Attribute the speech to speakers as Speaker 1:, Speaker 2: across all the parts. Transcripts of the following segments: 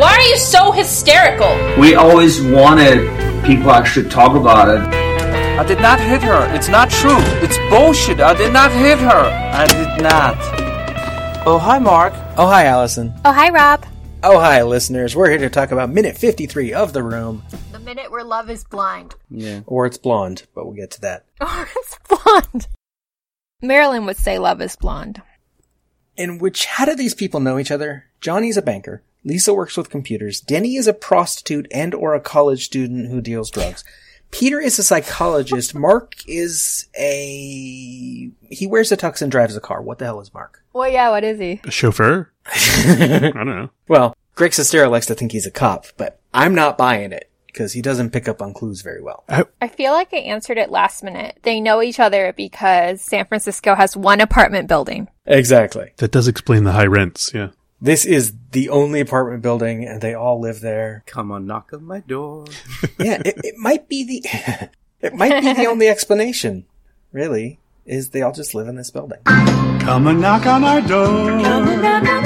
Speaker 1: Why are you so hysterical?
Speaker 2: We always wanted people actually talk about it.
Speaker 3: I did not hit her. It's not true. It's bullshit. I did not hit her. I did not. Oh, hi, Mark.
Speaker 4: Oh, hi, Allison.
Speaker 5: Oh, hi, Rob.
Speaker 4: Oh, hi, listeners. We're here to talk about minute 53 of The Room,
Speaker 6: The minute where love is blind.
Speaker 4: or it's blonde, but we'll get to that.
Speaker 6: Or it's blonde. Marilyn would say love is blonde.
Speaker 4: In which, how do these people know each other? Johnny's a banker. Lisa works with computers. Denny is a prostitute and or a college student who deals drugs. Peter is a psychologist. Mark is a, he wears a tux and drives a car. What the hell is Mark?
Speaker 6: Well, yeah, what is he?
Speaker 7: A chauffeur? I don't know.
Speaker 4: Well, Greg Sestero likes to think he's a cop, but I'm not buying it because he doesn't pick up on clues very well.
Speaker 6: I feel like I answered it last minute. They know each other because San Francisco has one apartment building.
Speaker 4: Exactly.
Speaker 7: That does explain the high rents, yeah.
Speaker 4: This is the only apartment building, and they all live there.
Speaker 3: Come on, knock on my door.
Speaker 4: Yeah, it, it might be the it might be the only explanation, really, is they all just live in this building.
Speaker 7: Come and knock on our door. We've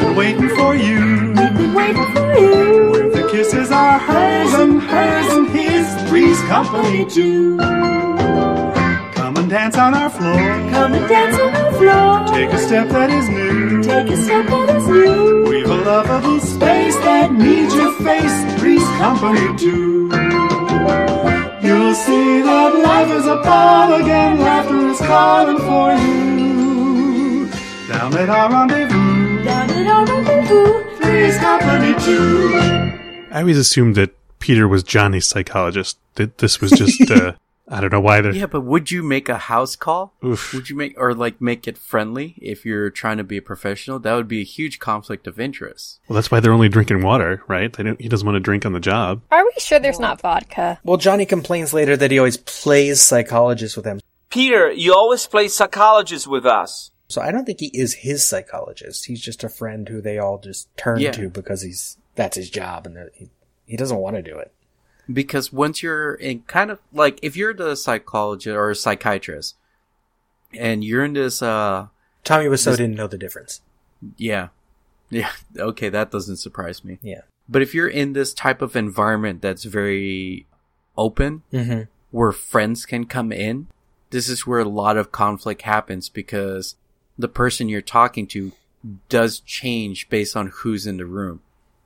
Speaker 7: been waiting for you. With the kisses are hers and hers and his. Three's company too. Come and dance on our floor. Come and dance on our floor. Take a step that is new. Take a step that is new. We've a lovable space that needs your face. Three's company too. You'll see that life is a ball again. Laughter is calling for you. Down at our rendezvous. Down at our rendezvous. Three's company too. I always assumed that Peter was Johnny's psychologist. That this was just, uh, I don't know why they're.
Speaker 3: Yeah, but would you make a house call?
Speaker 7: Oof.
Speaker 3: Would you make or like make it friendly if you're trying to be a professional? That would be a huge conflict of interest.
Speaker 7: Well, that's why they're only drinking water, right? They don't, he doesn't want to drink on the job.
Speaker 6: Are we sure there's not vodka?
Speaker 4: Well, Johnny complains later that he always plays psychologist with him,
Speaker 3: Peter, you always play psychologist with us.
Speaker 4: so I don't think he is his psychologist. He's just a friend who they all just turn
Speaker 3: Yeah.
Speaker 4: to because he's that's his job, and they're- he, he doesn't want to do it.
Speaker 3: Because once you're in kind of like if you're the psychologist or psychiatrist and you're in this uh
Speaker 4: Tommy Wiseau didn't know the difference.
Speaker 3: yeah. Yeah, okay, that doesn't surprise me.
Speaker 4: Yeah.
Speaker 3: But if you're in this type of environment that's very open,
Speaker 4: Mm-hmm.
Speaker 3: where friends can come in, this is where a lot of conflict happens because the person you're talking to does change based on who's in the room.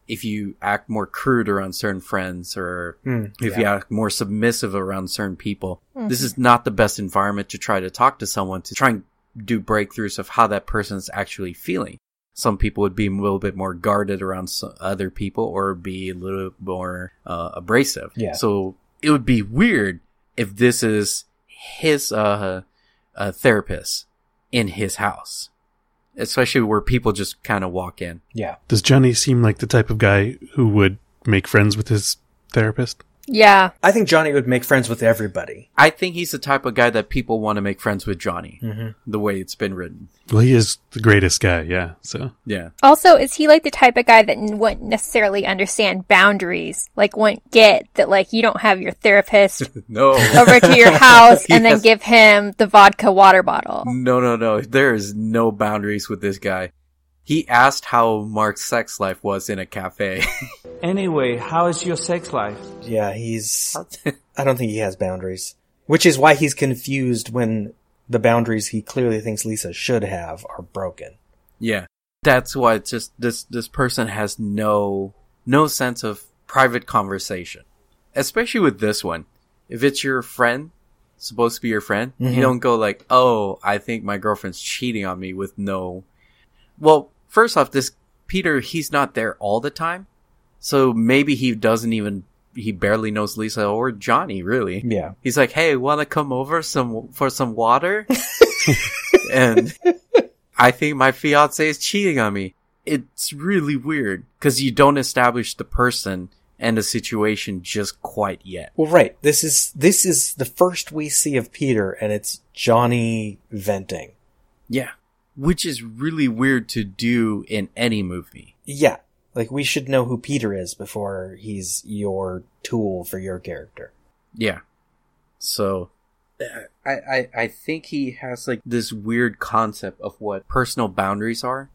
Speaker 3: If you act more crude around certain friends or
Speaker 4: Hmm.
Speaker 3: if you act more submissive around certain people, this is not the best environment to try to talk to someone to try and do breakthroughs of how that person's actually feeling. Some people would be a little bit more guarded around s other people or be a little more uh, abrasive.
Speaker 4: Yeah.
Speaker 3: So it would be weird if this is his uh, uh, therapist in his house, especially where people just kind of walk in.
Speaker 4: Yeah.
Speaker 7: Does Johnny seem like the type of guy who would make friends with his therapist?
Speaker 6: Yeah.
Speaker 4: I think Johnny would make friends with everybody.
Speaker 3: I think he's the type of guy that people want to make friends with Johnny, the way it's been written.
Speaker 7: Well, he is the greatest guy, yeah. So
Speaker 3: Yeah.
Speaker 6: Also, is he like the type of guy that n- wouldn't necessarily understand boundaries? Like, wouldn't get that, like, you don't have your therapist
Speaker 3: No.
Speaker 6: over to your house and then
Speaker 3: Yes.
Speaker 6: give him the vodka water bottle.
Speaker 3: No, no, no. There is no boundaries with this guy. He asked how Mark's sex life was in a cafe.
Speaker 2: Anyway, how is your sex life?
Speaker 4: Yeah, he's. I don't think he has boundaries, which is why he's confused when the boundaries he clearly thinks Lisa should have are broken.
Speaker 3: yeah. That's why it's just this this person has no no sense of private conversation. Especially with this one. If it's your friend, supposed to be your friend, you don't go like, "Oh, I think my girlfriend's cheating on me with no Well, first off, this Peter, he's not there all the time. So maybe he doesn't even he barely knows Lisa or Johnny really.
Speaker 4: Yeah,
Speaker 3: He's like, "Hey, want to come over some for some water?" and I think my fiance is cheating on me. it's really weird because you don't establish the person and the situation just quite yet.
Speaker 4: Well, right. This is this is the first we see of Peter, and it's Johnny venting.
Speaker 3: Yeah. Which is really weird to do in any movie.
Speaker 4: Yeah, like we should know who Peter is before he's your tool for your character.
Speaker 3: Yeah. So uh, I, I I think he has like this weird concept of what personal boundaries are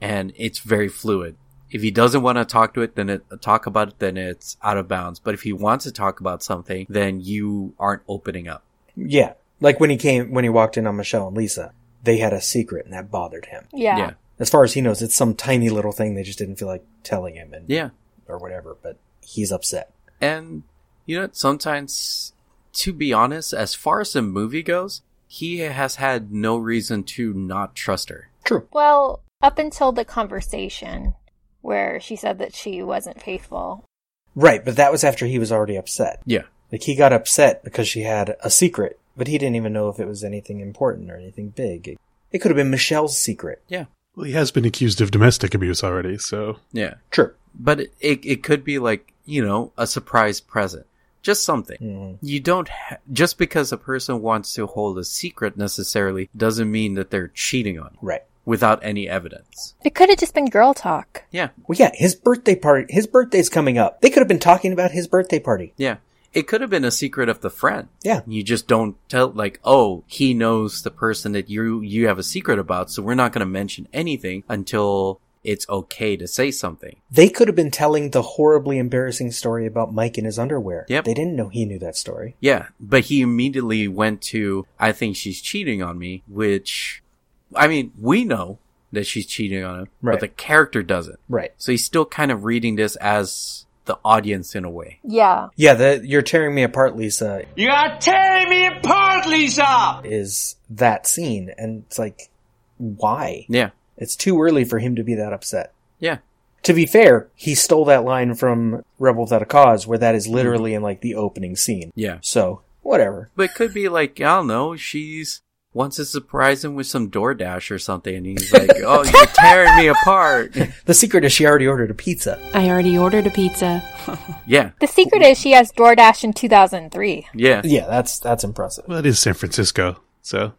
Speaker 3: and it's very fluid. If he doesn't want to talk to it, then it uh, talk about it, then it's out of bounds. But if he wants to talk about something, then you aren't opening up.
Speaker 4: Yeah, like when he came when he walked in on Michelle and Lisa, they had a secret, and that bothered him.
Speaker 6: Yeah.
Speaker 3: Yeah.
Speaker 4: As far as he knows, it's some tiny little thing they just didn't feel like telling him, and
Speaker 3: Yeah.
Speaker 4: or whatever. But he's upset.
Speaker 3: And you know, sometimes to be honest, as far as the movie goes, he has had no reason to not trust her.
Speaker 4: True.
Speaker 6: Well, up until the conversation where she said that she wasn't faithful.
Speaker 4: Right, but that was after he was already upset.
Speaker 3: Yeah.
Speaker 4: Like he got upset because she had a secret, but he didn't even know if it was anything important or anything big. It, it could have been Michelle's secret.
Speaker 3: Yeah.
Speaker 8: Well, he has been accused of domestic abuse already, so
Speaker 3: Yeah.
Speaker 4: True.
Speaker 3: But it it could be like, you know, a surprise present. Just something. You don't ha- just because a person wants to hold a secret necessarily doesn't mean that they're cheating on you
Speaker 4: Right.
Speaker 3: without any evidence.
Speaker 6: It could have just been girl talk.
Speaker 3: Yeah.
Speaker 4: Well, yeah, his birthday party. His birthday's coming up. They could have been talking about his birthday party.
Speaker 3: Yeah. It could have been a secret of the friend.
Speaker 4: Yeah.
Speaker 3: You just don't tell like, oh, he knows the person that you you have a secret about, so we're not going to mention anything until it's okay to say something.
Speaker 4: They could have been telling the horribly embarrassing story about Mike in his underwear.
Speaker 3: Yep.
Speaker 4: They didn't know he knew that story.
Speaker 3: Yeah, but he immediately went to I think she's cheating on me, which I mean, we know that she's cheating on him,
Speaker 4: Right.
Speaker 3: but the character doesn't.
Speaker 4: Right.
Speaker 3: So he's still kind of reading this as the audience in a way.
Speaker 6: Yeah.
Speaker 4: Yeah, the you're tearing me apart, Lisa,
Speaker 9: You are tearing me apart, Lisa!
Speaker 4: is that scene. And it's like, why?
Speaker 3: Yeah.
Speaker 4: It's too early for him to be that upset.
Speaker 3: Yeah.
Speaker 4: To be fair, he stole that line from Rebel Without a Cause, where that is literally in like the opening scene.
Speaker 3: Yeah.
Speaker 4: So, whatever.
Speaker 3: But it could be like, I don't know, she's wants to surprise him with some DoorDash or something and he's like, Oh, you're tearing me apart.
Speaker 4: The secret is she already ordered a pizza.
Speaker 7: I already ordered a pizza.
Speaker 3: yeah.
Speaker 6: The secret is she has DoorDash in 2003.
Speaker 3: Yeah.
Speaker 4: Yeah, that's that's impressive.
Speaker 8: well, it is San Francisco. So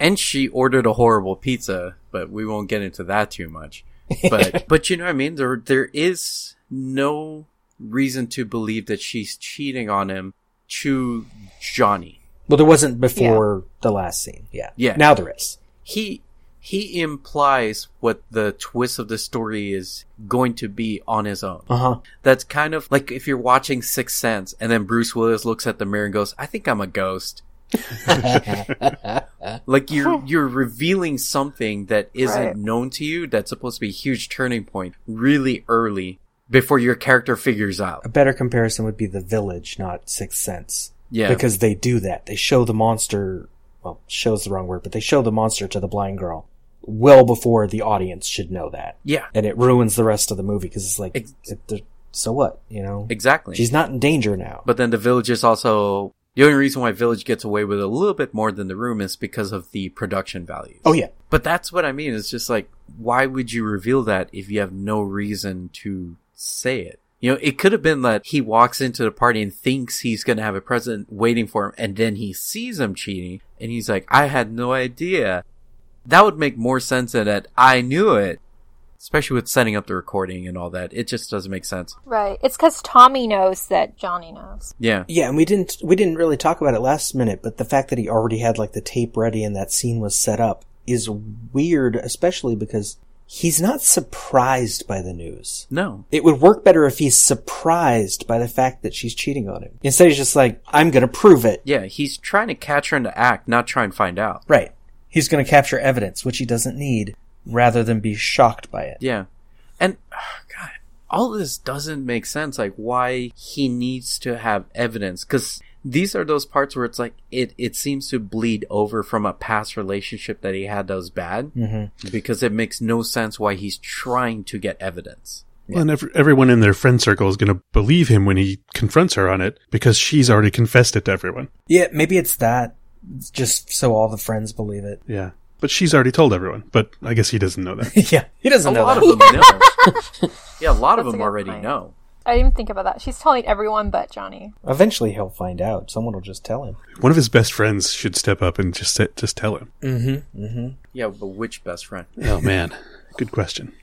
Speaker 3: and she ordered a horrible pizza, but we won't get into that too much. But but you know what I mean? There there is no reason to believe that she's cheating on him to Johnny.
Speaker 4: Well, there wasn't before the last scene. Yeah.
Speaker 3: Yeah.
Speaker 4: Now there is.
Speaker 3: He he implies what the twist of the story is going to be on his own.
Speaker 4: Uh huh.
Speaker 3: That's kind of like if you're watching Sixth Sense and then Bruce Willis looks at the mirror and goes, I think I'm a ghost. like you're you're revealing something that isn't known to you that's supposed to be a huge turning point really early before your character figures out.
Speaker 4: A better comparison would be The Village, not Sixth Sense.
Speaker 3: Yeah.
Speaker 4: Because they do that. They show the monster. Well, shows the wrong word, but they show the monster to the blind girl well before the audience should know that.
Speaker 3: Yeah.
Speaker 4: And it ruins the rest of the movie because it's like,
Speaker 3: Ex-
Speaker 4: it- the- so what? You know?
Speaker 3: Exactly.
Speaker 4: She's not in danger now.
Speaker 3: But then the village is also the only reason why village gets away with a little bit more than the room is because of the production value.
Speaker 4: oh, yeah.
Speaker 3: But that's what I mean. It's just like, why would you reveal that if you have no reason to say it? You know, it could have been that he walks into the party and thinks he's going to have a present waiting for him, and then he sees him cheating, and he's like, I had no idea. That would make more sense than that I knew it. Especially with setting up the recording and all that. It just doesn't make sense.
Speaker 6: Right. It's because Tommy knows that Johnny knows.
Speaker 3: Yeah.
Speaker 4: Yeah, and we didn't we didn't really talk about it last minute, but the fact that he already had like the tape ready and that scene was set up is weird, especially because he's not surprised by the news.
Speaker 3: No.
Speaker 4: It would work better if he's surprised by the fact that she's cheating on him. Instead he's just like, I'm gonna prove it.
Speaker 3: Yeah. He's trying to catch her in the act, not try and find out.
Speaker 4: Right. He's gonna capture evidence, which he doesn't need, rather than be shocked by it.
Speaker 3: Yeah. And God, all this doesn't make sense. Like why he needs to have evidence because these are those parts where it's like it, it seems to bleed over from a past relationship that he had that was bad because it makes no sense why he's trying to get evidence.
Speaker 8: Well, and ev- everyone in their friend circle is going to believe him when he confronts her on it because she's already confessed it to everyone.
Speaker 4: Yeah, maybe it's that. It's just so all the friends believe it.
Speaker 8: Yeah.
Speaker 7: But she's already told everyone. But I guess he doesn't know that.
Speaker 4: yeah, he doesn't
Speaker 3: a
Speaker 4: know
Speaker 3: lot
Speaker 4: that.
Speaker 3: of them know. yeah, a lot of
Speaker 6: That's a
Speaker 3: them
Speaker 6: good
Speaker 3: already
Speaker 6: point.
Speaker 3: know.
Speaker 6: I didn't think about that. She's telling everyone but Johnny.
Speaker 4: Eventually, he'll find out. Someone will just tell him.
Speaker 7: One of his best friends should step up and just say, just tell him.
Speaker 4: Mm-hmm. Mm-hmm.
Speaker 3: Yeah, but which best friend?
Speaker 7: Oh man, good question.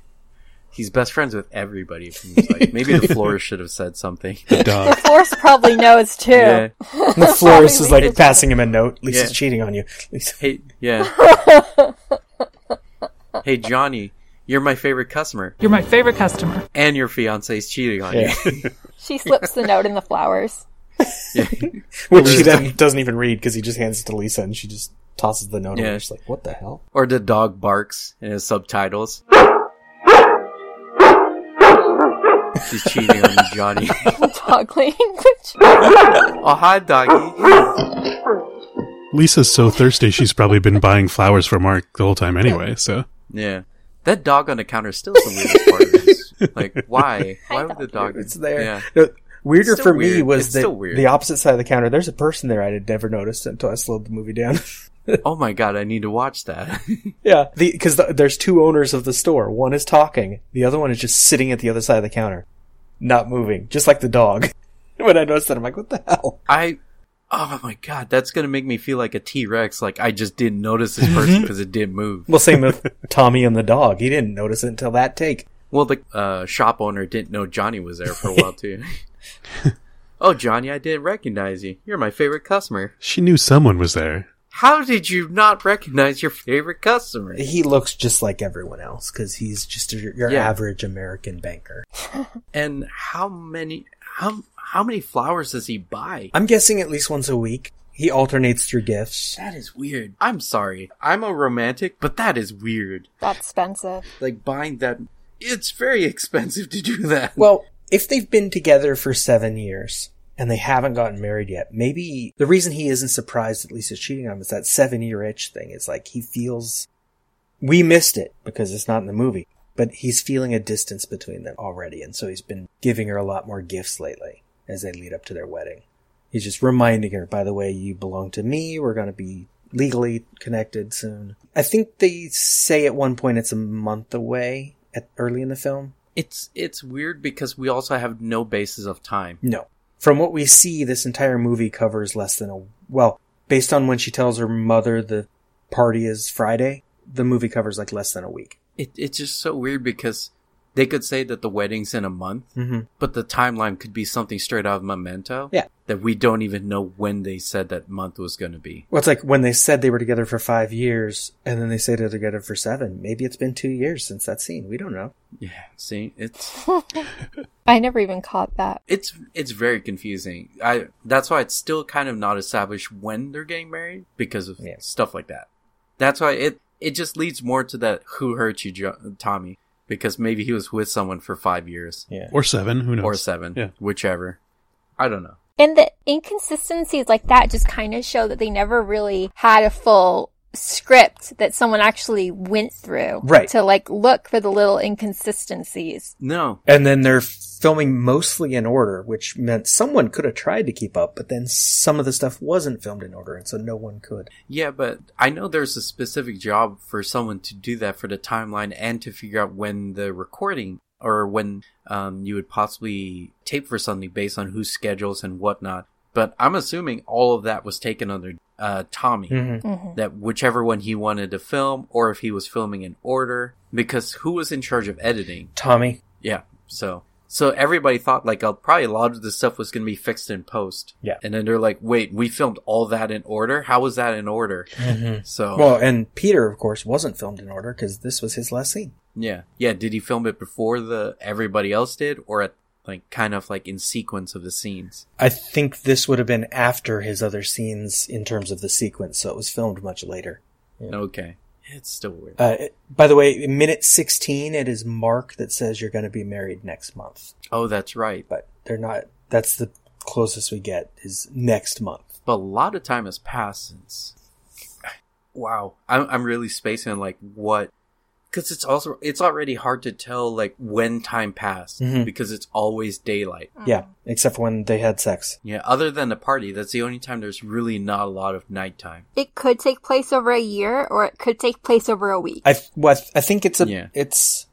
Speaker 3: He's best friends with everybody. From his life. Maybe the florist should have said something.
Speaker 7: The dog.
Speaker 6: Force probably knows too.
Speaker 3: Yeah.
Speaker 4: The florist is like
Speaker 6: Lisa's-
Speaker 4: passing him a note. Lisa's
Speaker 3: Yeah.
Speaker 4: cheating on you. Lisa,
Speaker 3: Hey, yeah. hey, Johnny, you're my favorite customer,
Speaker 10: You're my favorite customer.
Speaker 3: and your fiance's cheating on you.
Speaker 6: She slips the note in the flowers.
Speaker 4: which he then doesn't even read because he just hands it to Lisa and she just tosses the note.
Speaker 3: Yeah.
Speaker 4: away. She's like, "What the hell?"
Speaker 3: or the dog barks in his subtitles. She's cheating on you, Johnny.
Speaker 6: Dog language.
Speaker 3: oh, hi, doggy.
Speaker 7: Lisa's so thirsty she's probably been buying flowers for Mark the whole time anyway. So
Speaker 3: Yeah. That dog on the counter is still the weirdest part of this. Like, why? Why would the dog?
Speaker 4: It's there.
Speaker 3: Yeah.
Speaker 4: No, weirder
Speaker 3: It's still
Speaker 4: for me
Speaker 3: weird.
Speaker 4: was
Speaker 3: It's
Speaker 4: the,
Speaker 3: still weird.
Speaker 4: the opposite side of the counter. There's a person there I had never noticed until I slowed the movie down.
Speaker 3: Oh my god, I need to watch that.
Speaker 4: yeah, because the, there's two owners of the store. One is talking. The other one is just sitting at the other side of the counter, not moving, just like the dog. When I noticed that, I'm like, "What the hell?"
Speaker 3: I. Oh my god, that's gonna make me feel like a T Rex. Like I just didn't notice this person because it didn't move.
Speaker 4: Well, same with Tommy and the dog. He didn't notice it until that take.
Speaker 3: Well, the uh, shop owner didn't know Johnny was there for a while too. oh, Johnny, I didn't recognize you. You're my favorite customer.
Speaker 7: she knew someone was there.
Speaker 3: How did you not recognize your favorite customer?
Speaker 4: He looks just like everyone else because he's just your, your
Speaker 3: Yeah.
Speaker 4: average American banker.
Speaker 3: And how many how how many flowers does he buy?
Speaker 4: I'm guessing at least once a week. He alternates through gifts.
Speaker 3: That is weird. I'm sorry. I'm a romantic, but that is weird.
Speaker 6: That's expensive.
Speaker 3: Like buying that. It's very expensive to do that.
Speaker 4: Well, if they've been together for seven years and they haven't gotten married yet, maybe the reason he isn't surprised that Lisa's cheating on him is that seven year itch thing. It's like he feels we missed it because it's not in the movie, but he's feeling a distance between them already. And so he's been giving her a lot more gifts lately as they lead up to their wedding. He's just reminding her, by the way, you belong to me. We're going to be legally connected soon. I think they say at one point it's a month away at early in the film.
Speaker 3: It's it's weird because we also have no basis of time.
Speaker 4: No. From what we see, this entire movie covers less than a well, based on when she tells her mother the party is Friday, the movie covers like less than a week.
Speaker 3: It it's just so weird because they could say that the wedding's in a month,
Speaker 4: Mm-hmm.
Speaker 3: but the timeline could be something straight out of Memento.
Speaker 4: Yeah.
Speaker 3: That we don't even know when they said that month was going to be.
Speaker 4: Well, it's like when they said they were together for five years, and then they say they're together for seven. Maybe it's been two years since that scene. We don't know.
Speaker 3: Yeah. See, it's
Speaker 6: I never even caught that.
Speaker 3: it's it's very confusing. I that's why it's still kind of not established when they're getting married because of
Speaker 4: Yeah.
Speaker 3: stuff like that. That's why it it just leads more to that who hurt you, jo- Tommy, because maybe he was with someone for five years
Speaker 4: Yeah.
Speaker 7: Or seven, who knows?
Speaker 3: or seven,
Speaker 7: Yeah.
Speaker 3: whichever. I don't know.
Speaker 6: And the inconsistencies like that just kind of show that they never really had a full script that someone actually went through.
Speaker 4: Right.
Speaker 6: To like look for the little inconsistencies.
Speaker 3: No,
Speaker 4: And then they're filming mostly in order, which meant someone could have tried to keep up, but then some of the stuff wasn't filmed in order, and so no one could.
Speaker 3: yeah, but I know there's a specific job for someone to do that for the timeline and to figure out when the recording or when um, you would possibly tape for something based on whose schedules and whatnot. But I'm assuming all of that was taken under uh, Tommy.
Speaker 4: Mm-hmm.
Speaker 7: Mm-hmm.
Speaker 3: that whichever one he wanted to film or if he was filming in order because who was in charge of editing
Speaker 4: Tommy,
Speaker 3: yeah so so everybody thought like uh, probably a lot of the stuff was going to be fixed in post
Speaker 4: Yeah.
Speaker 3: and then they're like wait we filmed all that in order how was that in order
Speaker 4: Mm-hmm.
Speaker 3: so
Speaker 4: Well, and Peter, of course, wasn't filmed in order because this was his last scene.
Speaker 3: yeah yeah did he film it before the everybody else did or at like kind of like in sequence of the scenes
Speaker 4: I think this would have been after his other scenes in terms of the sequence, so it was filmed much later.
Speaker 3: okay it's still weird
Speaker 4: Uh, it- by the way, in minute 16, it is Mark that says you're going to be married next month,
Speaker 3: oh that's right
Speaker 4: but they're not. That's the closest we get is next month.
Speaker 3: but a lot of time has passed since. Wow, I'm I'm really spacing on, like what because it's also it's already hard to tell like when time passed
Speaker 4: Mhm.
Speaker 3: because it's always daylight.
Speaker 4: Yeah, except for when they had sex.
Speaker 3: Yeah, other than the party, that's the only time there's really not a lot of nighttime.
Speaker 6: It could take place over a year or it could take place over a week.
Speaker 4: I th- well, I th- I think it's a
Speaker 3: Yeah.
Speaker 4: it's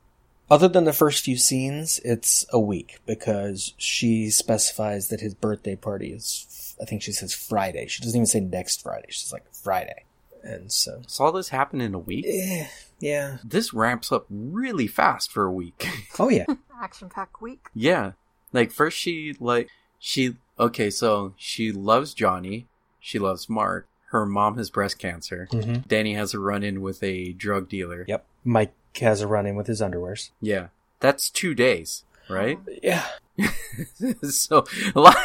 Speaker 4: other than the first few scenes, it's a week because she specifies that his birthday party is. I think she says Friday. She doesn't even say next Friday. She's like Friday, and so
Speaker 3: So all this happened in a week.
Speaker 4: eh, yeah.
Speaker 3: This ramps up really fast for a week.
Speaker 4: Oh yeah,
Speaker 6: Action packed week.
Speaker 3: yeah, like first she like she okay, so she loves Johnny, she loves Mark. Her mom has breast cancer.
Speaker 4: Mhm.
Speaker 3: Danny has a run in with a drug dealer.
Speaker 4: yep. Mike has a run in with his underwears.
Speaker 3: Yeah, that's two days, right?
Speaker 4: Yeah,
Speaker 3: so a lot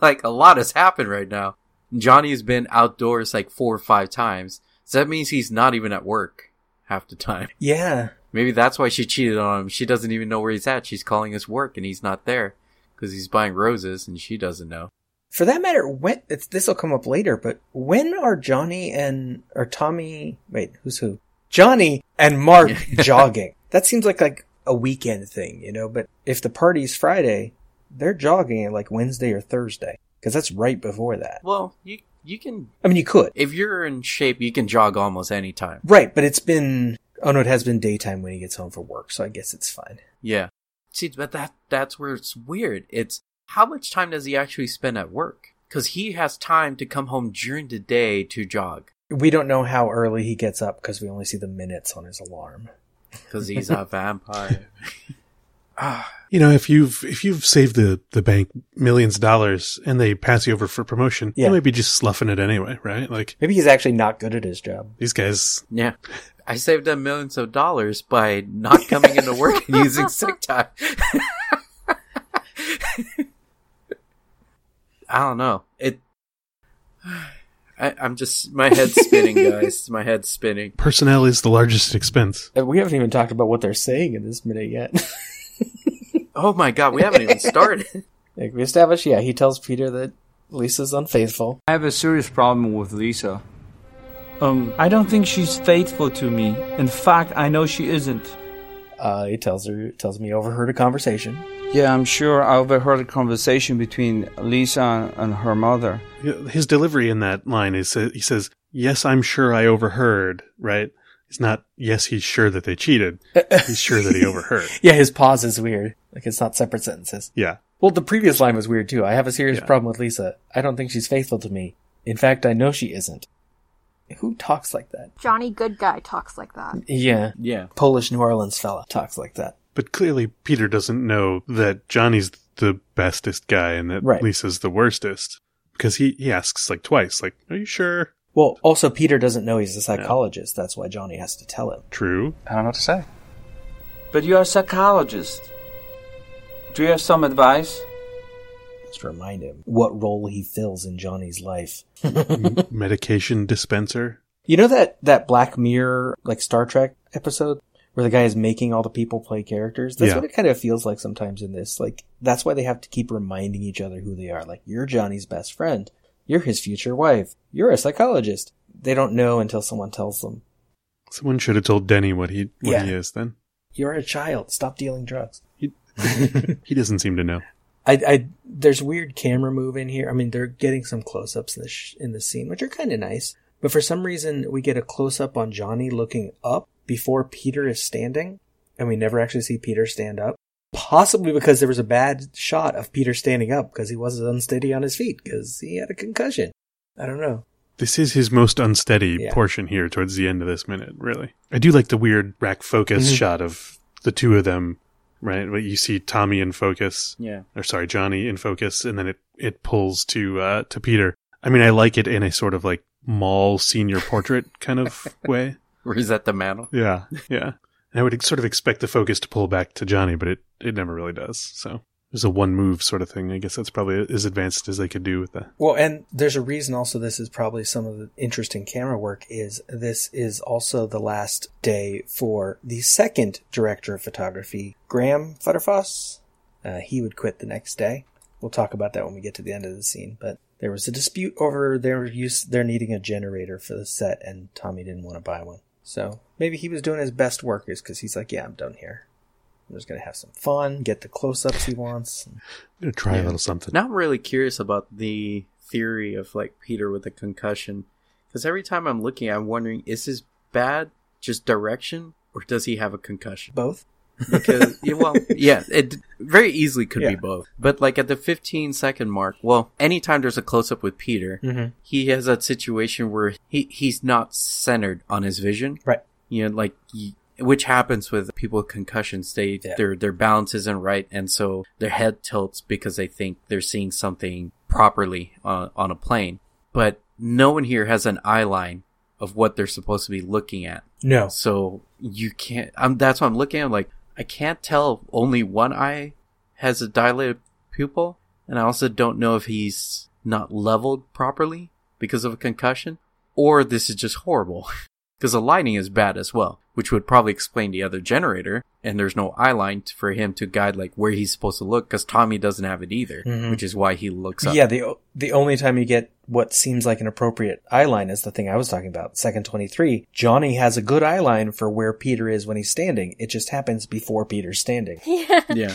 Speaker 3: like a lot has happened right now. Johnny's been outdoors like four or five times. So that means he's not even at work half the time.
Speaker 4: yeah.
Speaker 3: Maybe that's why she cheated on him. She doesn't even know where he's at. She's calling his work and he's not there because he's buying roses and she doesn't know.
Speaker 4: For that matter, when it's this will come up later, but when are Johnny and or Tommy? Wait, who's who? Johnny and Mark jogging. That seems like like a weekend thing, you know. But if the party's Friday, they're jogging at like Wednesday or Thursday because that's right before that.
Speaker 3: Well, you you can
Speaker 4: I mean, you could
Speaker 3: if you're in shape, you can jog almost any time.
Speaker 4: right, but it's been oh no, it has been daytime when he gets home from work, so I guess it's fine.
Speaker 3: Yeah. See, but that that's where it's weird. It's how much time does he actually spend at work? Because he has time to come home during the day to jog.
Speaker 4: We don't know how early he gets up because we only see the minutes on his alarm.
Speaker 3: because he's a vampire.
Speaker 7: You know, if you've if you've saved the the bank millions of dollars and they pass you over for promotion,
Speaker 4: Yeah.
Speaker 7: you might be just sloughing it anyway, right? Like
Speaker 4: Maybe he's actually not good at his job.
Speaker 7: these guys.
Speaker 3: yeah. I saved them millions of dollars by not coming into work and using sick time. I don't know. It. I, I'm just my head's spinning, guys. My head's spinning.
Speaker 7: Personnel is the largest expense.
Speaker 4: Uh, We haven't even talked about what they're saying in this minute yet.
Speaker 3: Oh my god, we haven't even started.
Speaker 4: Like we established, yeah, he tells Peter that Lisa's unfaithful.
Speaker 10: I have a serious problem with Lisa. Um, I don't think she's faithful to me. In fact, I know she isn't.
Speaker 4: Uh, he tells her, tells me he overheard a conversation.
Speaker 10: Yeah, I'm sure I overheard a conversation between Lisa and her mother.
Speaker 7: His delivery in that line is uh, he says, "Yes, I'm sure I overheard." Right? It's not yes, he's sure that they cheated. He's sure that he overheard.
Speaker 4: Yeah, his pause is weird. Like it's not separate sentences.
Speaker 7: Yeah.
Speaker 4: Well, the previous line was weird too. I have a serious problem with Lisa. I don't think she's faithful to me. In fact, I know she isn't. Who talks like that?
Speaker 6: Johnny Good Guy talks like that.
Speaker 4: Yeah,
Speaker 3: Yeah.
Speaker 4: Polish New Orleans fella talks like that.
Speaker 7: But clearly, Peter doesn't know that Johnny's the bestest guy and that
Speaker 4: Right.
Speaker 7: Lisa's the worstest because he, he asks like twice, like, "Are you sure?"
Speaker 4: Well, also Peter doesn't know he's a psychologist. That's why Johnny has to tell him.
Speaker 7: True.
Speaker 10: I don't know what to say. But you're a psychologist. Do you have some advice?
Speaker 4: Just to remind him what role he fills in Johnny's life.
Speaker 7: Medication dispenser.
Speaker 4: You know that that Black Mirror like Star Trek episode where the guy is making all the people play characters? That's
Speaker 7: Yeah.
Speaker 4: what it kind of feels like sometimes in this. Like that's why they have to keep reminding each other who they are. Like you're Johnny's best friend. You're his future wife. You're a psychologist. They don't know until someone tells them.
Speaker 7: Someone should have told Denny what he what
Speaker 4: Yeah.
Speaker 7: he is. Then
Speaker 4: You're a child. Stop dealing drugs.
Speaker 7: he doesn't seem to know.
Speaker 4: I, I there's weird camera move in here. I mean, they're getting some close-ups in this sh- in this scene, which are kind of nice. But for some reason, we get a close-up on Johnny looking up before Peter is standing, and we never actually see Peter stand up. Possibly because there was a bad shot of Peter standing up because he was unsteady on his feet because he had a concussion. I don't know.
Speaker 7: This is his most unsteady
Speaker 4: Yeah.
Speaker 7: portion here towards the end of this minute. Really, I do like the weird rack focus
Speaker 4: Mhm.
Speaker 7: shot of the two of them. Right, but you see Tommy in focus,
Speaker 3: Yeah.
Speaker 7: or sorry, Johnny in focus, and then it it pulls to uh, to Peter. I mean, I like it in a sort of like mall senior portrait kind of way.
Speaker 3: Where he's at the mantle.
Speaker 7: Yeah, yeah. And I would ex- sort of expect the focus to pull back to Johnny, but it it never really does. So there's a one move sort of thing. I guess that's probably as advanced as they could do with that.
Speaker 4: Well, and there's a reason also this is probably some of the interesting camera work is this is also the last day for the second director of photography, Graham Futterfoss. Uh, he would quit the next day. We'll talk about that when we get to the end of the scene, but there was a dispute over their use, they're needing a generator for the set and Tommy didn't want to buy one. So Maybe he was doing his best work is because he's like, yeah, I'm done here. I'm just going to have some fun, get the close ups he wants.
Speaker 7: try a little something.
Speaker 3: Now I'm really curious about the theory of like Peter with a concussion, because every time I'm looking, I'm wondering is his bad just direction, or does he have a concussion?
Speaker 4: Both.
Speaker 3: Because yeah, well, yeah, it very easily could be both. But like at the 15 second mark, well, anytime there's a close up with Peter,
Speaker 4: Mhm.
Speaker 3: he has that situation where he he's not centered on his vision,
Speaker 4: Right.
Speaker 3: You know, like. y which happens with people with concussions they
Speaker 4: Yeah.
Speaker 3: their their balance isn't right and so their head tilts because they think they're seeing something properly uh, on a plane but no one here has an eye line of what they're supposed to be looking at
Speaker 4: No.
Speaker 3: so you can't i'm that's what i'm looking at I'm like i can't tell if only one eye has a dilated pupil and i also don't know if he's not leveled properly because of a concussion or this is just horrible because the lighting is bad as well, which would probably explain the other generator. And there's no eye line t- for him to guide like where he's supposed to look, because Tommy doesn't have it either,
Speaker 4: Mhm.
Speaker 3: which is why he looks up.
Speaker 4: Yeah, the o- the only time you get what seems like an appropriate eye line is the thing I was talking about. Second 23, Johnny has a good eye line for where Peter is when he's standing. It just happens before Peter's standing.
Speaker 3: yeah.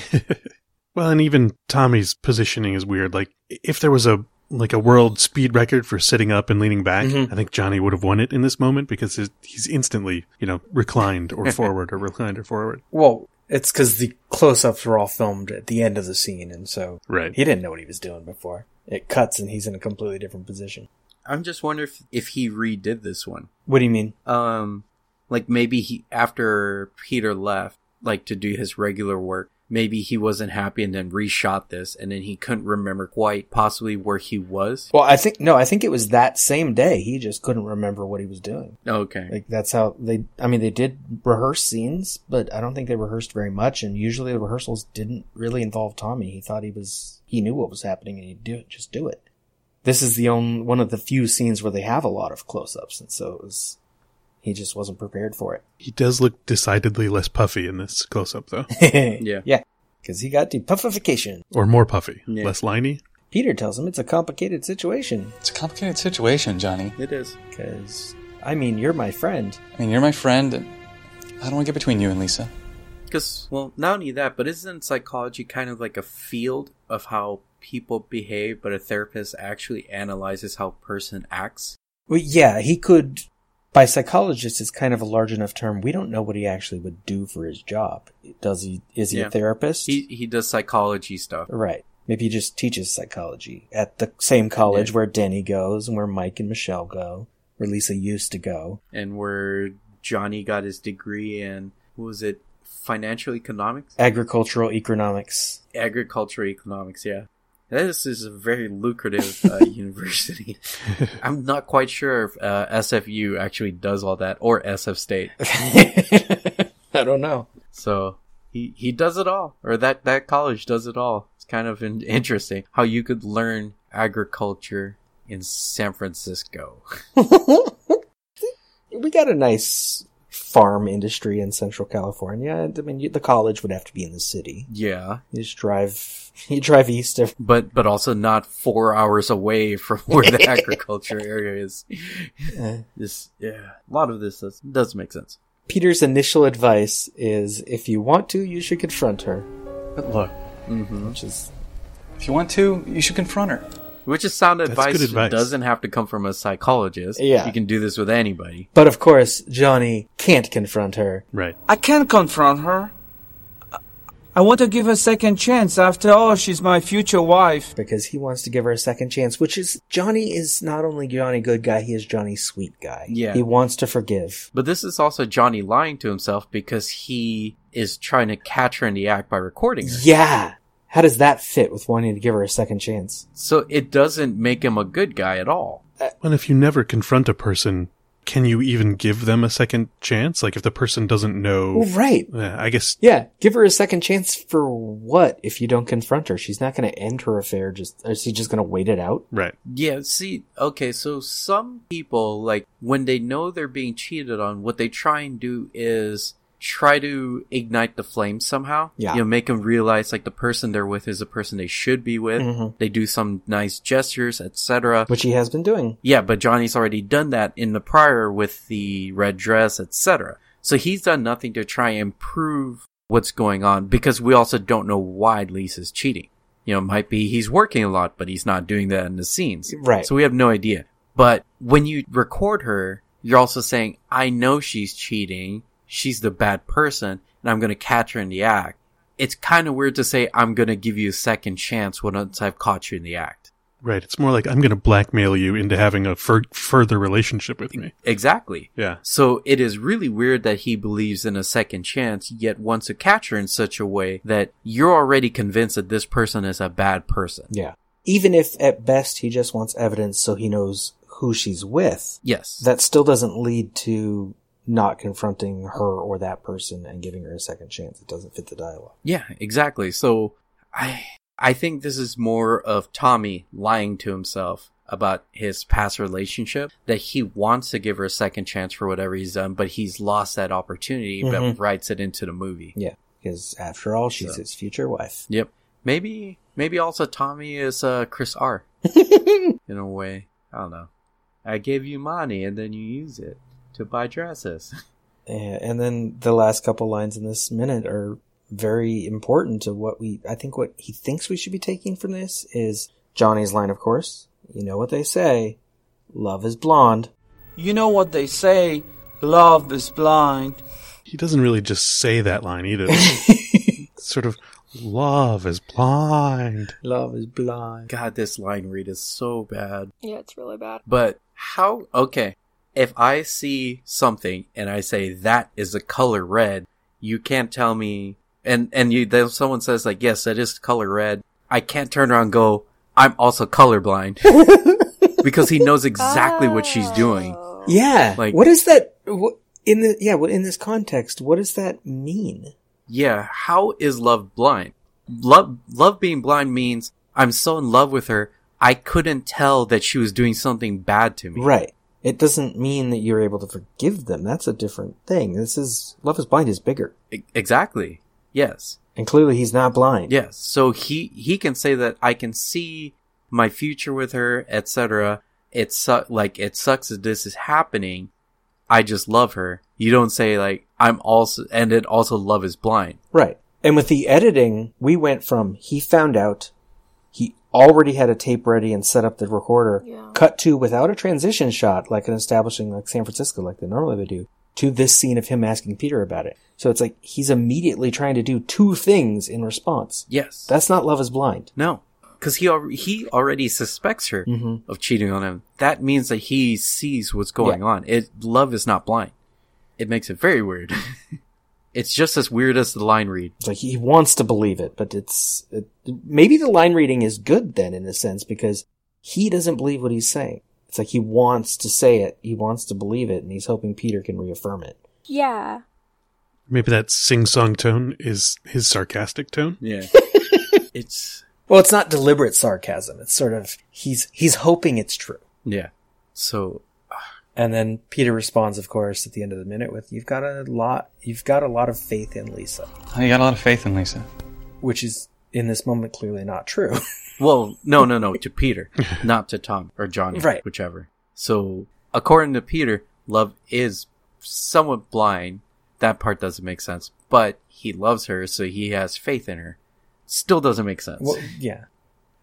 Speaker 7: Well, and even Tommy's positioning is weird. Like if there was a like a world speed record for sitting up and leaning back, I think Johnny would have won it in this moment because his- he's instantly, you know, reclined or forward or reclined or forward.
Speaker 4: Well, it's because the close ups were all filmed at the end of the scene, and so
Speaker 7: Right.
Speaker 4: he didn't know what he was doing before. It cuts and he's in a completely different position.
Speaker 3: I'm just wondering if, if he redid this one.
Speaker 4: What do you mean?
Speaker 3: Um, like maybe he after Peter left, like to do his regular work. Maybe he wasn't happy and then reshot this, and then he couldn't remember quite possibly where he was.
Speaker 4: Well, I think, no, I think it was that same day. He just couldn't remember what he was doing.
Speaker 3: Okay.
Speaker 4: Like that's how they. I mean, they did rehearse scenes, but I don't think they rehearsed very much. And usually the rehearsals didn't really involve Tommy. He thought he was he knew what was happening and he'd do it, just do it. This is the only one of the few scenes where they have a lot of close-ups, and so it was. He just wasn't prepared for it.
Speaker 7: He does look decidedly less puffy in this close up though.
Speaker 3: Yeah.
Speaker 4: yeah, because he got depuffification.
Speaker 7: or more puffy,
Speaker 3: Yeah.
Speaker 7: less liney.
Speaker 4: Peter tells him it's a complicated situation
Speaker 11: It's a complicated situation, Johnny.
Speaker 3: It is.
Speaker 4: because I mean you're my friend.
Speaker 11: I mean, you're my friend, and I don't want to get between you and Lisa.
Speaker 3: Because, well, not only that, but isn't psychology kind of like a field of how people behave, but a therapist actually analyzes how a person acts?
Speaker 4: Well, yeah, he could. By psychologist, it's kind of a large enough term. We don't know what he actually would do for his job. Does he? Is he
Speaker 3: Yeah.
Speaker 4: a therapist?
Speaker 3: He, he does psychology stuff.
Speaker 4: right. Maybe he just teaches psychology at the same college where Denny goes and where Mike and Michelle go, where Lisa used to go.
Speaker 3: And where Johnny got his degree in, what was it, financial economics?
Speaker 4: Agricultural economics.
Speaker 3: Agriculture economics, yeah. This is a very lucrative uh, university. I'm not quite sure if uh, SFU actually does all that or SF State.
Speaker 4: I don't know.
Speaker 3: So he he does it all, or that that college does it all. It's kind of in- interesting how you could learn agriculture in San Francisco.
Speaker 4: We got a nice farm industry in Central California. I mean, you- the college would have to be in the city.
Speaker 3: Yeah,
Speaker 4: You just drive. You drive east of
Speaker 3: but but also not four hours away from where the agriculture area is.
Speaker 4: Yeah.
Speaker 3: This yeah, a lot of this does, does make sense.
Speaker 4: Peter's initial advice is if you want to, you should confront her.
Speaker 11: But look,
Speaker 3: Mm-hmm.
Speaker 4: Which is
Speaker 11: if you want to, you should confront her.
Speaker 3: Which is sound
Speaker 11: That's
Speaker 3: advice.
Speaker 11: good advice.
Speaker 3: Doesn't have to come from a psychologist.
Speaker 4: Yeah.
Speaker 3: you can do this with anybody.
Speaker 4: But of course, Johnny can't confront her.
Speaker 7: Right.
Speaker 10: I can't confront her. I- I want to give her a second chance. After all, she's my future wife.
Speaker 4: Because he wants to give her a second chance, which is Johnny is not only Johnny good guy, he is Johnny sweet guy.
Speaker 3: Yeah.
Speaker 4: He wants to forgive.
Speaker 3: But this is also Johnny lying to himself because he is trying to catch her in the act by recording her.
Speaker 4: Yeah. How does that fit with wanting to give her a second chance?
Speaker 3: So it doesn't make him a good guy at all.
Speaker 7: And if you never confront a person, can you even give them a second chance? Like if the person doesn't know,
Speaker 4: Well, right.
Speaker 7: Yeah, I guess
Speaker 4: Yeah, give her a second chance for what if you don't confront her? She's not going to end her affair just is she just going to wait it out?
Speaker 7: right.
Speaker 3: Yeah, see, okay, so some people, like, when they know they're being cheated on, what they try and do is try to ignite the flame somehow.
Speaker 4: Yeah.
Speaker 3: You know, make them realize, like, the person they're with is the person they should be with.
Speaker 4: Mhm.
Speaker 3: They do some nice gestures, etc.
Speaker 4: Which he has been doing.
Speaker 3: Yeah, but Johnny's already done that in the prior with the red dress, etc. So he's done nothing to try and prove what's going on because we also don't know why Lisa's cheating. You know, it might be he's working a lot, but he's not doing that in the scenes.
Speaker 4: Right.
Speaker 3: So we have no idea. But when you record her, you're also saying, I know she's cheating. She's the bad person and I'm going to catch her in the act. It's kind of weird to say, I'm going to give you a second chance once I've caught you in the act.
Speaker 7: Right. It's more like I'm going to blackmail you into having a fur- further relationship with me.
Speaker 3: Exactly.
Speaker 7: Yeah.
Speaker 3: So it is really weird that he believes in a second chance, yet wants to catch her in such a way that you're already convinced that this person is a bad person.
Speaker 4: Yeah. Even if at best he just wants evidence so he knows who she's with.
Speaker 3: Yes.
Speaker 4: That still doesn't lead to not confronting her or that person and giving her a second chance. It doesn't fit the dialogue.
Speaker 3: Yeah, exactly. So I I think this is more of Tommy lying to himself about his past relationship that he wants to give her a second chance for whatever he's done, but he's lost that opportunity
Speaker 4: Mhm.
Speaker 3: but writes it into the movie.
Speaker 4: Yeah. Because after all, she's his future wife.
Speaker 3: Yep. Maybe maybe also Tommy is uh Chris R. in a way. I don't know. I gave you money and then you use it to buy dresses.
Speaker 4: And, and then the last couple lines in this minute are very important to what we, I think what he thinks we should be taking from this is Johnny's line, of course. You know what they say. Love is blonde.
Speaker 10: You know what they say love is blind.
Speaker 7: He doesn't really just say that line either. sort of, love is blind.
Speaker 4: Love is blind.
Speaker 3: God, this line read is so bad.
Speaker 6: Yeah, it's really bad.
Speaker 3: But how? Okay. If I see something and I say that is the color red, you can't tell me. And and you then someone says like yes that is color red. I can't turn around and go I'm also colorblind because he knows exactly what
Speaker 6: Oh.
Speaker 3: she's doing.
Speaker 4: Yeah.
Speaker 3: Like-
Speaker 4: what is that? What, in the, yeah, what, in this context, what does that mean?
Speaker 3: Yeah, how is love blind? Love love being blind means I'm so in love with her I couldn't tell that she was doing something bad to me.
Speaker 4: Right. It doesn't mean that you're able to forgive them. That's a different thing. This is, Love is Blind is bigger.
Speaker 3: E- exactly. Yes.
Speaker 4: And clearly he's not blind.
Speaker 3: Yes. So he he can say that I can see my future with her, etc. It su- like it sucks that this is happening. I just love her. You don't say like I'm also and it also love is blind.
Speaker 4: Right. And with the editing, we went from he found out, he already had a tape ready and set up the recorder, cut to without a transition shot, like an establishing like San Francisco, like they normally would do, to this scene of him asking Peter about it. So it's like he's immediately trying to do two things in response.
Speaker 3: Yes.
Speaker 4: That's not love is blind.
Speaker 3: No. Cuz he al- he already suspects her
Speaker 4: Mhm.
Speaker 3: of cheating on him. That means that he sees what's going
Speaker 4: Yeah.
Speaker 3: on. It love is not blind. It makes it very weird. it's just as weird as the line read.
Speaker 4: It's like he wants to believe it, but it's it, maybe the line reading is good then in a sense because he doesn't believe what he's saying. It's like he wants to say it, he wants to believe it, and he's hoping Peter can reaffirm it.
Speaker 6: Yeah.
Speaker 7: Maybe that sing song tone is his sarcastic tone.
Speaker 3: Yeah. it's
Speaker 4: Well, it's not deliberate sarcasm. It's sort of he's he's hoping it's true.
Speaker 3: Yeah. So
Speaker 4: And then Peter responds, of course, at the end of the minute with "You've got a lot. You've got a lot of faith in Lisa,"
Speaker 11: I Oh, got a lot of faith in Lisa.
Speaker 4: which is in this moment clearly not true.
Speaker 3: Well, no, no, no, to Peter, not to Tom or Johnny,
Speaker 4: Right.
Speaker 3: whichever. So, according to Peter, love is somewhat blind. That part doesn't make sense, but he loves her, so he has faith in her. Still doesn't make sense.
Speaker 4: well, yeah,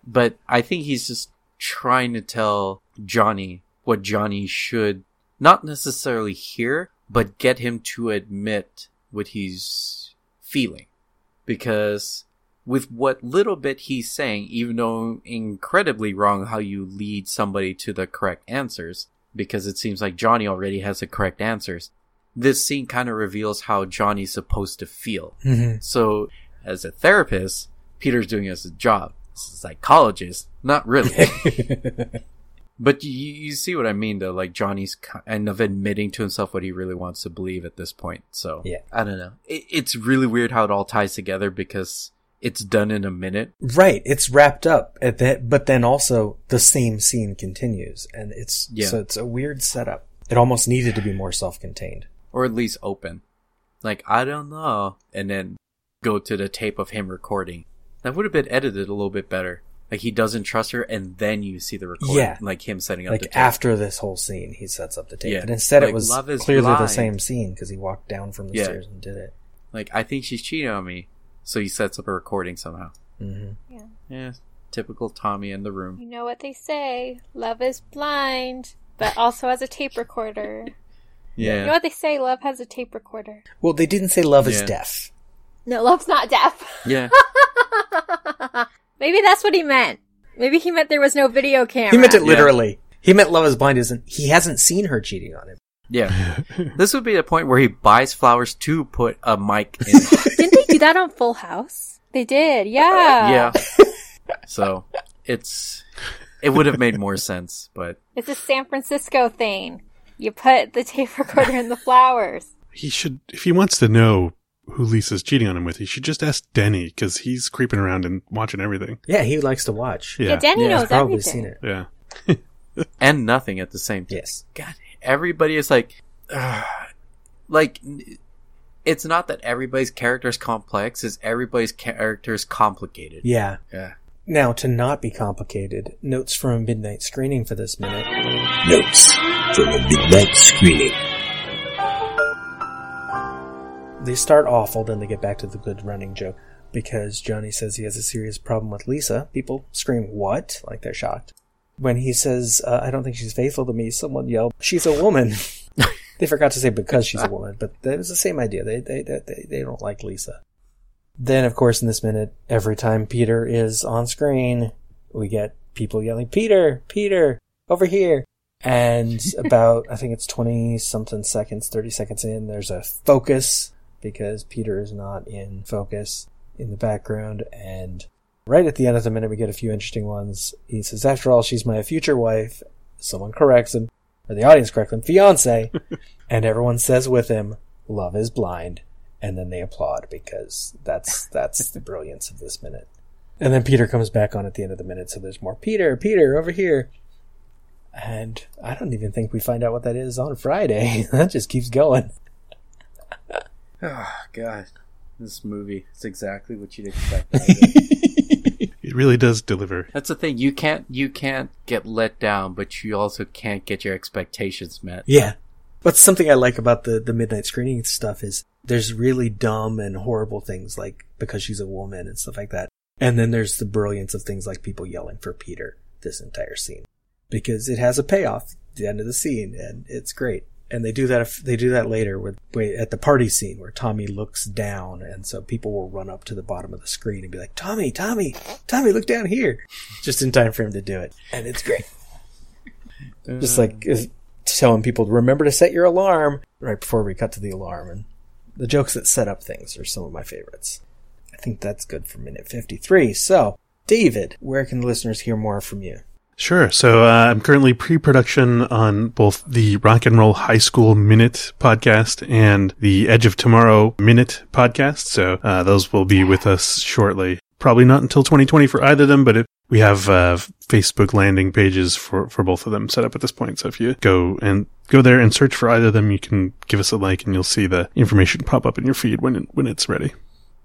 Speaker 3: but I think he's just trying to tell Johnny what Johnny should not necessarily hear, but get him to admit what he's feeling. Because with what little bit he's saying, even though incredibly wrong how you lead somebody to the correct answers, because it seems like Johnny already has the correct answers, this scene kind of reveals how Johnny's supposed to feel.
Speaker 11: Mm-hmm.
Speaker 4: Mhm.
Speaker 3: So, as a therapist, Peter's doing his job. As a psychologist, not really. but you, you see what I mean, though. Like Johnny's kind of admitting to himself what he really wants to believe at this point. So,
Speaker 4: Yeah.
Speaker 3: I don't know. It, it's really weird how it all ties together because it's done in a minute.
Speaker 4: right. It's wrapped up at that, but then also the same scene continues, and it's
Speaker 3: Yeah.
Speaker 4: so it's a weird setup. It almost needed to be more self-contained.
Speaker 3: or at least open. Like, I don't know. And then go to the tape of him recording. That would have been edited a little bit better. Like he doesn't trust her, and then you see the recording,
Speaker 4: Yeah.
Speaker 3: like him setting up
Speaker 4: Like
Speaker 3: the tape.
Speaker 4: after this whole scene, he sets up the tape.
Speaker 3: Yeah.
Speaker 4: But instead,
Speaker 3: Like,
Speaker 4: it was
Speaker 3: love is
Speaker 4: clearly the
Speaker 3: blind.
Speaker 4: same scene because he walked down from the stairs and did it.
Speaker 3: Like I think she's cheating on me, so he sets up a recording somehow.
Speaker 4: Mm-hmm.
Speaker 6: Yeah.
Speaker 3: Yeah, typical Tommy in the room.
Speaker 6: You know what they say love is blind, but also has a tape recorder.
Speaker 3: Yeah.
Speaker 6: You know what they say love has a tape recorder.
Speaker 4: Well, they didn't say love is
Speaker 3: Yeah.
Speaker 4: deaf.
Speaker 6: No, love's not deaf.
Speaker 3: Yeah.
Speaker 6: Maybe that's what he meant. Maybe he meant there was no video camera.
Speaker 4: He meant it literally. He meant love is blind. Isn't he hasn't seen her cheating on him?
Speaker 3: Yeah, this would be the point where he buys flowers to put a mic in.
Speaker 6: Didn't they do that on Full House? They did, yeah.
Speaker 3: yeah, so it's it would have made more sense, but
Speaker 6: It's a San Francisco thing. You put the tape recorder in the flowers.
Speaker 7: He should, if he wants to know who Lisa's cheating on him with, he should just ask Denny because he's creeping around and watching everything.
Speaker 4: Yeah, he likes to watch.
Speaker 7: Yeah.
Speaker 6: Yeah, Denny
Speaker 7: Yeah,
Speaker 6: knows
Speaker 7: he's probably
Speaker 6: everything.
Speaker 7: seen it. Yeah.
Speaker 3: and nothing at the same time.
Speaker 4: Yes.
Speaker 3: God, everybody is like, ugh. like, n- it's not that everybody's character is complex; it's everybody's character is complicated.
Speaker 4: Yeah.
Speaker 3: yeah.
Speaker 4: Now, to not be complicated, notes from a midnight screening for this minute. Notes from a midnight screening. They start awful, then they get back to the good running joke because Johnny says he has a serious problem with Lisa. People scream, What? Like they're shocked. When he says, uh, I don't think she's faithful to me, someone yelled, She's a woman. they forgot to say because she's a woman, but that was the same idea. They, they, they, they- they don't like Lisa. Then, of course, in this minute, every time Peter is on screen, we get people yelling, Peter, Peter, over here. And about, I think it's 20 something seconds, 30 seconds in, there's a focus because Peter is not in focus in the background. And right at the end of the minute, we get a few interesting ones. He says, After all, she's my future wife. Someone corrects him, or the audience corrects him, fiance. and everyone says with him, Love is blind. And then they applaud because that's that's the brilliance of this minute. And then Peter comes back on at the end of the minute, so there's more Peter, Peter, over here. And I don't even think we find out what that is on Friday. that just keeps going.
Speaker 3: Oh God, this movie—it's exactly what you'd expect. out of it.
Speaker 7: It really does deliver.
Speaker 3: That's the thing. You can't you can't get let down, but you also can't get your expectations met.
Speaker 4: Yeah. But something I like about the, the midnight screening stuff is there's really dumb and horrible things like because she's a woman and stuff like that. And then there's the brilliance of things like people yelling for Peter this entire scene because it has a payoff at the end of the scene and it's great. And they do that if they do that later with wait, at the party scene where Tommy looks down and so people will run up to the bottom of the screen and be like, Tommy, Tommy, Tommy, look down here just in time for him to do it. And it's great. Just like is telling people to remember to set your alarm right before we cut to the alarm. And the jokes that set up things are some of my favorites. I think that's good for minute 53. So, David, where can the listeners hear more from you?
Speaker 7: Sure. So uh, I'm currently pre-production on both the Rock and Roll High School Minute podcast and the Edge of Tomorrow Minute podcast. So uh, those will be with us shortly. Probably not until 2020 for either of them, but it, we have uh, Facebook landing pages for for both of them set up at this point. So if you go and go there and search for either of them, you can give us a like, and you'll see the information pop up in your feed when it, when it's ready.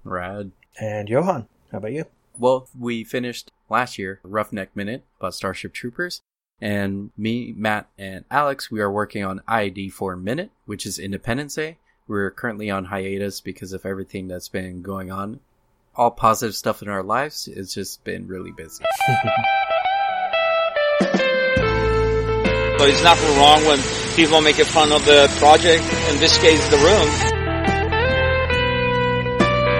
Speaker 3: Rad.
Speaker 4: And Johan, how about you?
Speaker 3: Well, we finished last year Roughneck Minute about Starship Troopers, and me, Matt, and Alex, we are working on IED for Minute, which is Independence Day. We're currently on hiatus because of everything that's been going on. All positive stuff in our lives. It's just been really busy.
Speaker 12: So there's nothing wrong when people make fun of the project, in this case the room.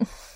Speaker 6: Mm.